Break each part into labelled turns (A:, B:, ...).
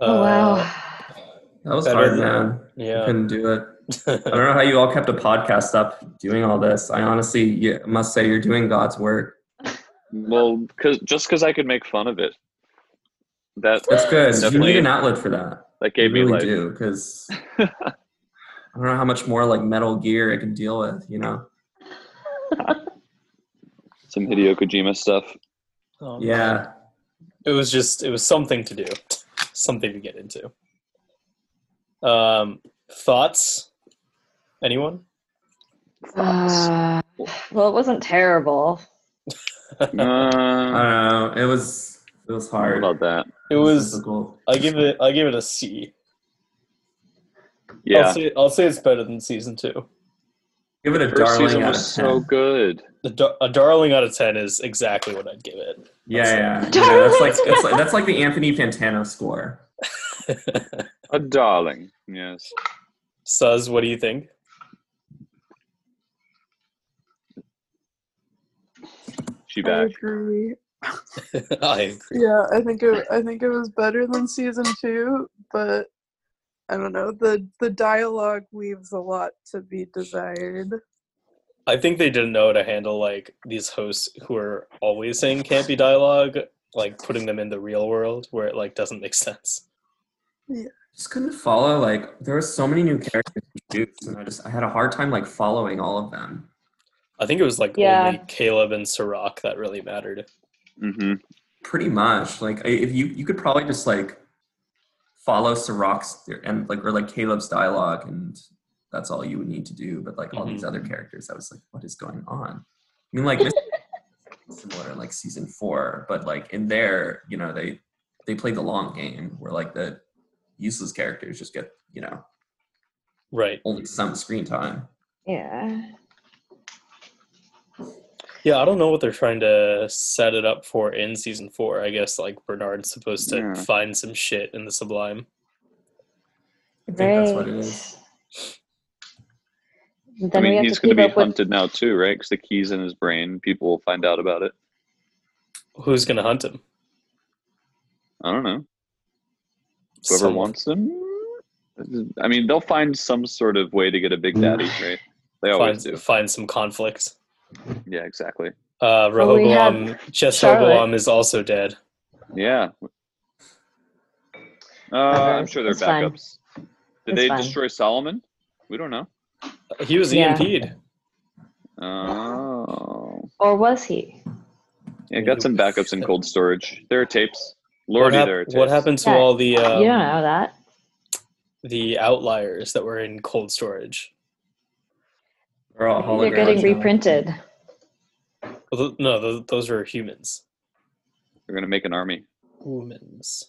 A: Oh, wow.
B: That was
C: Better than-
B: hard, man. I
C: Yeah.
B: Couldn't do it. I don't know how you all kept a podcast up doing all this. I honestly you, must say you're doing God's work.
D: Well, cause just because I could make fun of it, that
B: That's good. You
D: Definitely.
B: need an outlet for that.
D: that gave
B: you really
D: me like
B: do because I don't know how much more like metal gear I can deal with. You know?
D: some Hideo Kojima stuff.
B: Oh,
C: Um,
B: Yeah.
C: It was just it was something to do, something to get into. Um, thoughts? Anyone?
D: Thoughts?
A: Uh, well, it wasn't terrible.
B: I
D: Uh,
B: don't know. It was it was
D: I don't
B: hard.
D: know about that.
C: It was.
B: difficult.
C: I give it. I give it a C.
D: Yeah,
C: I'll say, I'll say it's better than season two.
B: Give it a
D: first
B: darling
D: season
B: out
D: was
B: of 10.
D: so good.
C: The dar- a darling out of ten is exactly what I'd give it.
B: Yeah,
A: Darling
B: yeah. You know, that's like
A: out of
B: that's like that's like the Anthony Fantano score.
D: A darling. Yes.
C: Suz, what do you think?
D: She
E: I
D: back.
E: agree.
C: I agree.
E: Yeah, I think it. I think it was better than season two, but I don't know. the The dialogue leaves a lot to be desired.
C: I think they didn't know how to handle like these hosts who are always saying campy dialogue, like putting them in the real world where it like doesn't make sense.
B: Just couldn't follow. Like there were so many new characters introduced, and I just I had a hard time like following all of them.
C: I think it was like
A: Yeah.
C: only Caleb and Sirach that really mattered.
D: Mm-hmm.
B: Pretty much. Like I- if you you could probably just like follow Sirach's and like or like Caleb's dialogue, and that's all you would need to do. But like all these other characters, I was like, what is going on? I mean, like this similar like season four, but like in there, you know, they they played the long game where like the useless characters just get you know
C: Right.
B: only some screen time.
A: Yeah.
C: Yeah, I don't know what they're trying to set it up for in season four. I guess like Bernard's supposed to
D: Yeah.
C: find some shit in the Sublime.
B: I think
A: Right.
B: that's what it is.
A: Then
D: I
A: we
D: mean,
A: have
D: he's
A: to keep
D: going to be
A: up with.
D: hunted now too, right? Because the key's in his brain. People will find out about it.
C: Who's gonna hunt him?
D: I don't know. Whoever
C: Someone.
D: wants them. I mean, they'll find some sort of way to get a
B: Mm.
D: big daddy, right? They always
C: find,
D: do.
C: find some conflict.
D: Yeah, exactly.
C: Uh,
A: Well, we have
C: Rehoboam, Jess
A: Charlotte.
C: Rehoboam is also dead.
D: Yeah. Uh, I'm
A: Okay,
D: sure they're
A: it's fine.
D: backups. Did
A: It's
D: they
A: fine.
D: destroy Solomon? We don't know.
C: He was E
A: Yeah.
C: EMP'd.
D: Oh.
A: Or was he?
D: Yeah, got some backups in cold storage. There are tapes.
C: What,
D: Lordy,
C: hap-
D: there are tapes.
C: what happened to
A: Yeah.
C: all the um,
A: you don't know that.
C: the outliers that were in cold storage?
B: They're all
A: They're getting
B: holograms now.
A: reprinted.
C: Well, th- No, those, those were humans.
D: They're going to make an army.
C: Humans.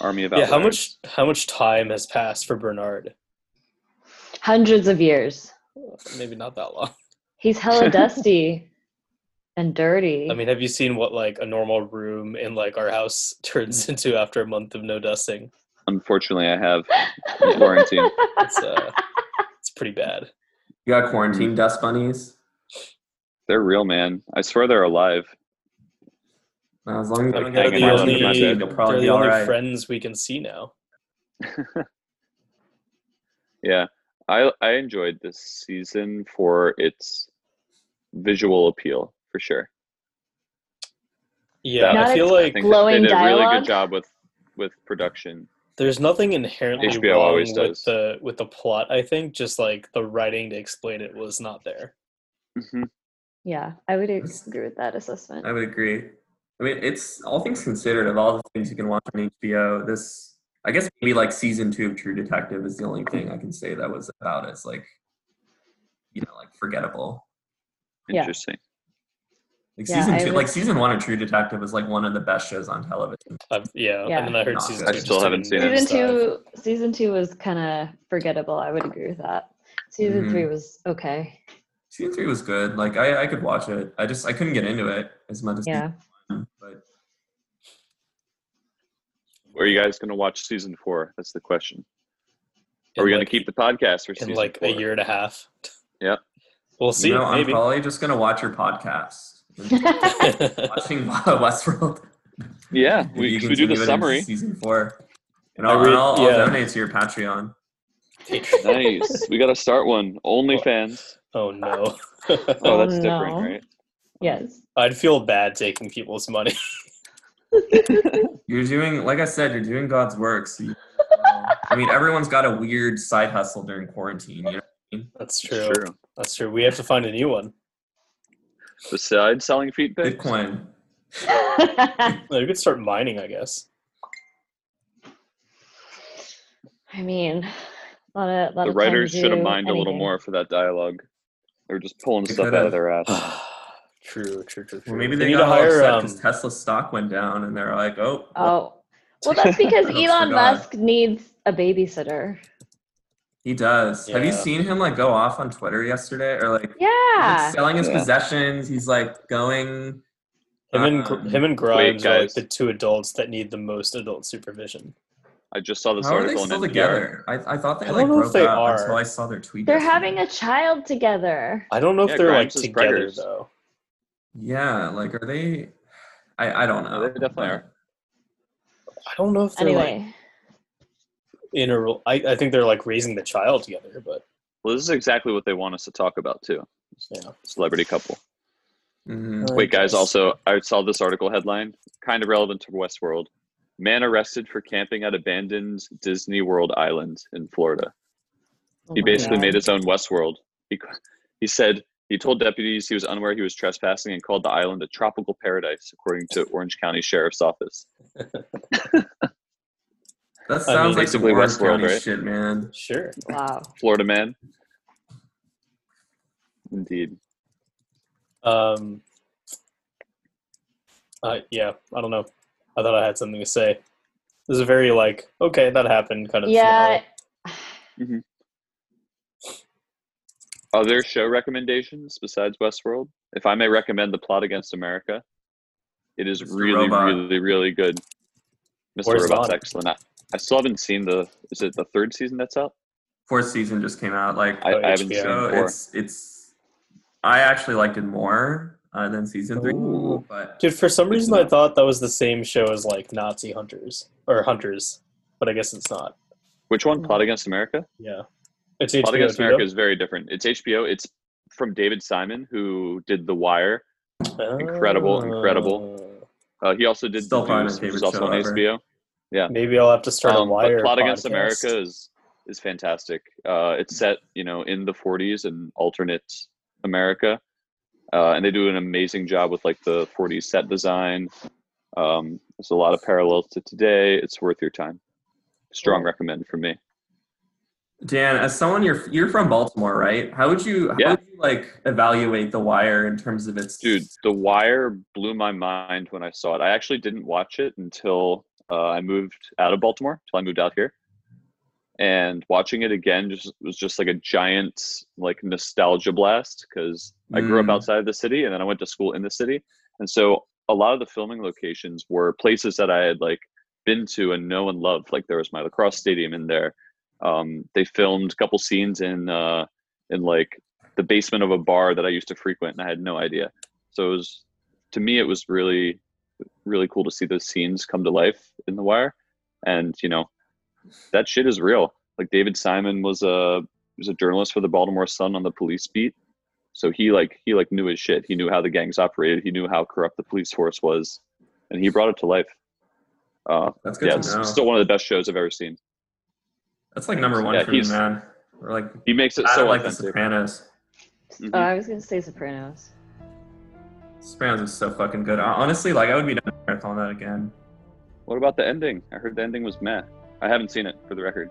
D: Army of
C: Yeah, how
D: outliers.
C: much how much time has passed for Bernard?
A: Hundreds of years.
C: Maybe not that long.
A: He's hella dusty and dirty.
C: I mean, have you seen what like a normal room in like our house turns into after a month of no dusting?
D: Unfortunately, I have quarantine.
C: It's uh, it's pretty bad.
B: You got quarantine dust bunnies.
D: They're real, man. I swear they're alive.
B: Uh, as long as you
D: Like
B: don't
C: They're
B: get
D: hanging
C: the
D: out
B: quarantine,
D: under
C: only,
D: my bed.
B: you'll
C: they're
B: probably
C: the
B: be all
C: only
B: right.
C: friends we can see now.
D: Yeah, I I enjoyed this season for its visual appeal for sure.
C: Yeah,
D: Not
C: I feel
D: I
C: like
D: think
A: Glowing
D: they did a really
A: dialogue?
D: good job with with production.
C: there's nothing inherently
D: HBO
C: wrong
D: always
C: with
D: does.
C: the with the plot. I think just like the writing to explain it was not there.
D: Mhm.
A: yeah, I would agree with that assessment.
B: I would agree. I mean, it's all things considered, of all the things you can watch on HBO, this I guess maybe like season two of True Detective is the only thing I can say that was about it. It's like you know, like forgettable.
A: Yeah.
D: Interesting.
B: Like
A: Yeah,
B: season
A: I
B: two,
A: was-
B: like season one of True Detective was like one of the best shows on television.
C: I've, yeah,
A: Yeah.
C: and then I heard
B: Not
C: season
B: good. I
C: two.
D: still
C: just
D: haven't
C: didn't
D: seen it.
C: do
A: season
C: stuff.
A: two, season two was kind of forgettable. I would agree with that. Season
B: Mhm.
A: three was okay.
B: Season three was good. Like I, I could watch it. I just I couldn't get into it as much as
A: Yeah,
B: season one, but
D: Are you guys going to watch season four? That's the question. Are
C: In,
D: we going
C: like,
D: to keep the podcast for
C: in
D: season
C: like
D: four?
C: a year and a half?
D: Yeah.
C: we'll see.
B: you know, I'm
C: maybe.
B: probably just gonna watch your podcast. watching Westworld.
D: Yeah,
B: If
D: we,
B: you
D: we do
B: continue
D: the
B: it in
D: summary.
B: Season four. And I'll,
C: I read-
B: and I'll, I'll
C: yeah.
B: donate to your Patreon.
D: Nice. we got to start one. OnlyFans.
C: Oh no.
D: Oh, that's
A: Oh,
D: different,
A: no.
D: right?
A: Yes.
C: I'd feel bad taking people's money.
B: You're doing, like I said, you're doing God's work. So you, I mean, everyone's got a weird side hustle during quarantine. You know?
C: That's true.
D: True.
C: That's true. We have to find a new one.
D: Besides selling feet pics,
B: Bitcoin.
A: I
C: We could start mining, I guess.
A: mean, lot of, lot
D: the
A: of time to
D: writers should have
A: do
D: mined a little
A: anything.
D: more for that dialogue. They were just pulling
B: They
D: stuff
B: coulda.
D: out of their ass.
C: true, true, true, true.
B: Well, maybe they
C: need to
B: got all
C: hire
B: upset
C: um,
B: because Tesla's stock went down, and they're like, "Oh, well,
A: Oh, well, that's because
B: Almost
A: Elon
B: forgot.
A: Musk needs a babysitter.
B: he does." Have you
C: Yeah.
B: seen him like go off on Twitter yesterday, or like, he's, like,
A: Yeah.
B: selling his
D: Yeah.
B: possessions? He's like going.
C: him and
B: um,
C: him and Grimes are like
D: guys.
C: the two adults that need the most adult supervision.
D: I just saw this
B: How are they
D: article in
B: still
D: NPR.
B: together? I, I thought they
C: I don't
B: like
C: know if
B: broke
C: they
B: up
C: are.
B: until I saw their tweet.
A: They're
B: yesterday.
A: having a child together.
C: I don't know
D: Yeah,
C: if they're
D: Grimes
C: like
D: is
C: together
D: preggers.
C: though.
B: Yeah, like are they? I I don't know.
D: They definitely are.
C: I don't know if they're like
A: Anyway,
C: in a. rel- I, I think they're like raising the child together, but
D: Well, this is exactly what they want us to talk about too.
C: yeah.
D: Celebrity couple.
B: Mhm.
C: I
D: Wait, guys.
C: guess.
D: Also, I saw this article headline, kind of relevant to Westworld. Man arrested for camping at abandoned Disney World island in Florida.
A: oh
D: He
A: my
D: basically
A: God.
D: made his own Westworld. He, he said he told deputies he was unaware he was trespassing and called the island a tropical paradise, according to Orange County Sheriff's Office.
B: That sounds like some
D: basically
B: Orange
D: Westworld,
B: County
D: right?
B: shit, man.
C: Sure.
A: Wow.
D: Florida man. Indeed.
C: Um. Uh, yeah, I don't know. I thought I had something to say. This is a very like okay that happened kind of
A: Yeah. oh,
D: Other show recommendations besides Westworld? If I may recommend The Plot Against America, it is
B: Mr.
D: really,
B: Robot.
D: really, really good. Mr.
C: Where's
D: Robot's
C: Lana?
D: excellent. I, I still haven't seen the, is it the third season that's out?
B: Fourth season just came out. Like
D: I,
C: Oh,
D: I haven't
C: HBO.
D: seen
B: so
D: it before.
B: it's it's. I actually liked it more uh, than season three,
C: Ooh.
B: but
C: Dude, for some
D: Good to
C: reason I
D: know.
C: thought that was the same show as like Nazi hunters or hunters, but I guess it's not.
D: Which one?
C: Mm.
D: Plot Against America?
C: Yeah, it's
D: Plot Against
C: HBO.
D: America is very different. It's HBO. It's from David Simon, who did The Wire. incredible,
C: Ah.
D: incredible. Uh, he also did
B: Still
D: The
B: probably my
D: News, which
B: favorite
D: is
B: show
D: also on
B: ever.
D: HBO.
C: Maybe I'll have to start a
D: Um,
C: wire.
D: but Plot Against
C: podcast.
D: America is is fantastic. Uh, it's set, you know, in the 40s and alternate America, uh, and they do an amazing job with like the 40s set design. Um, there's a lot of parallels to today. It's worth your time. Strong
C: Cool.
D: recommend for me.
B: Dan, as someone you're you're from Baltimore, right? How would you how
D: Yeah.
B: would you like evaluate The Wire in terms of its
D: Dude, The Wire blew my mind when I saw it. I actually didn't watch it until uh, I moved out of Baltimore, until I moved out here. And watching it again just was just like a giant like nostalgia blast because I grew up
B: Mm.
D: outside of the city and then I went to school in the city. And so a lot of the filming locations were places that I had like been to and know and loved. Like there was my lacrosse stadium in there. Um, they filmed a couple scenes in uh, in like the basement of a bar that I used to frequent, and I had no idea. So it was to me, it was really really cool to see those scenes come to life in The Wire, and you know that shit is real. Like David Simon was a was a journalist for the Baltimore Sun on the police beat, so he like he like knew his shit. He knew how the gangs operated. He knew how corrupt the police force was, and he brought it to life. Uh,
B: That's good
D: yeah,
B: to know.
D: it's still one of the best shows I've ever seen.
B: That's like number one
D: Yeah,
B: for me,
D: he's-
B: man. We're like
D: He makes it
B: I
D: so
B: like The
D: authentic.
B: Sopranos.
D: Mhm.
A: Oh, I was gonna say Sopranos.
B: Sopranos is so fucking good. Hon- Honestly, like I would be down to marathon that again.
D: What about the ending? I heard the ending was meh. I haven't seen it for the record.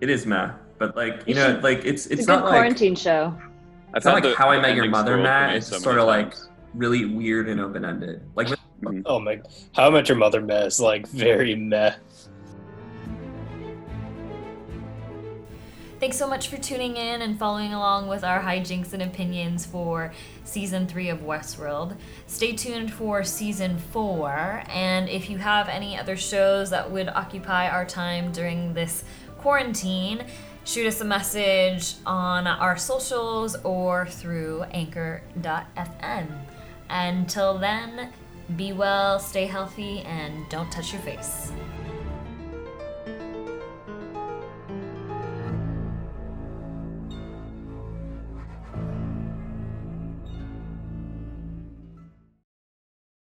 B: It is meh, but like you
A: You
B: know,
A: should-
B: like it's
A: It's,
B: it's,
A: a good
B: not like
A: quarantine show.
D: I
B: It's not like
D: found the-
B: How I
D: the
B: Met Your
D: ending
B: Mother,
D: spoiled for
B: Matt.
D: me
B: It's
D: so
B: just sort
D: many
B: of like
D: times.
B: really weird and open ended. Like
D: Mhm.
C: Oh my! How I Met Your Mother meh is like very meh.
F: Thanks so much for tuning in and following along with our hijinks and opinions for season three of Westworld. Stay tuned for season four, and if you have any other shows that would occupy our time during this quarantine, shoot us a message on our socials or through anchor.fm. Until then, be well, stay healthy, and don't touch your face.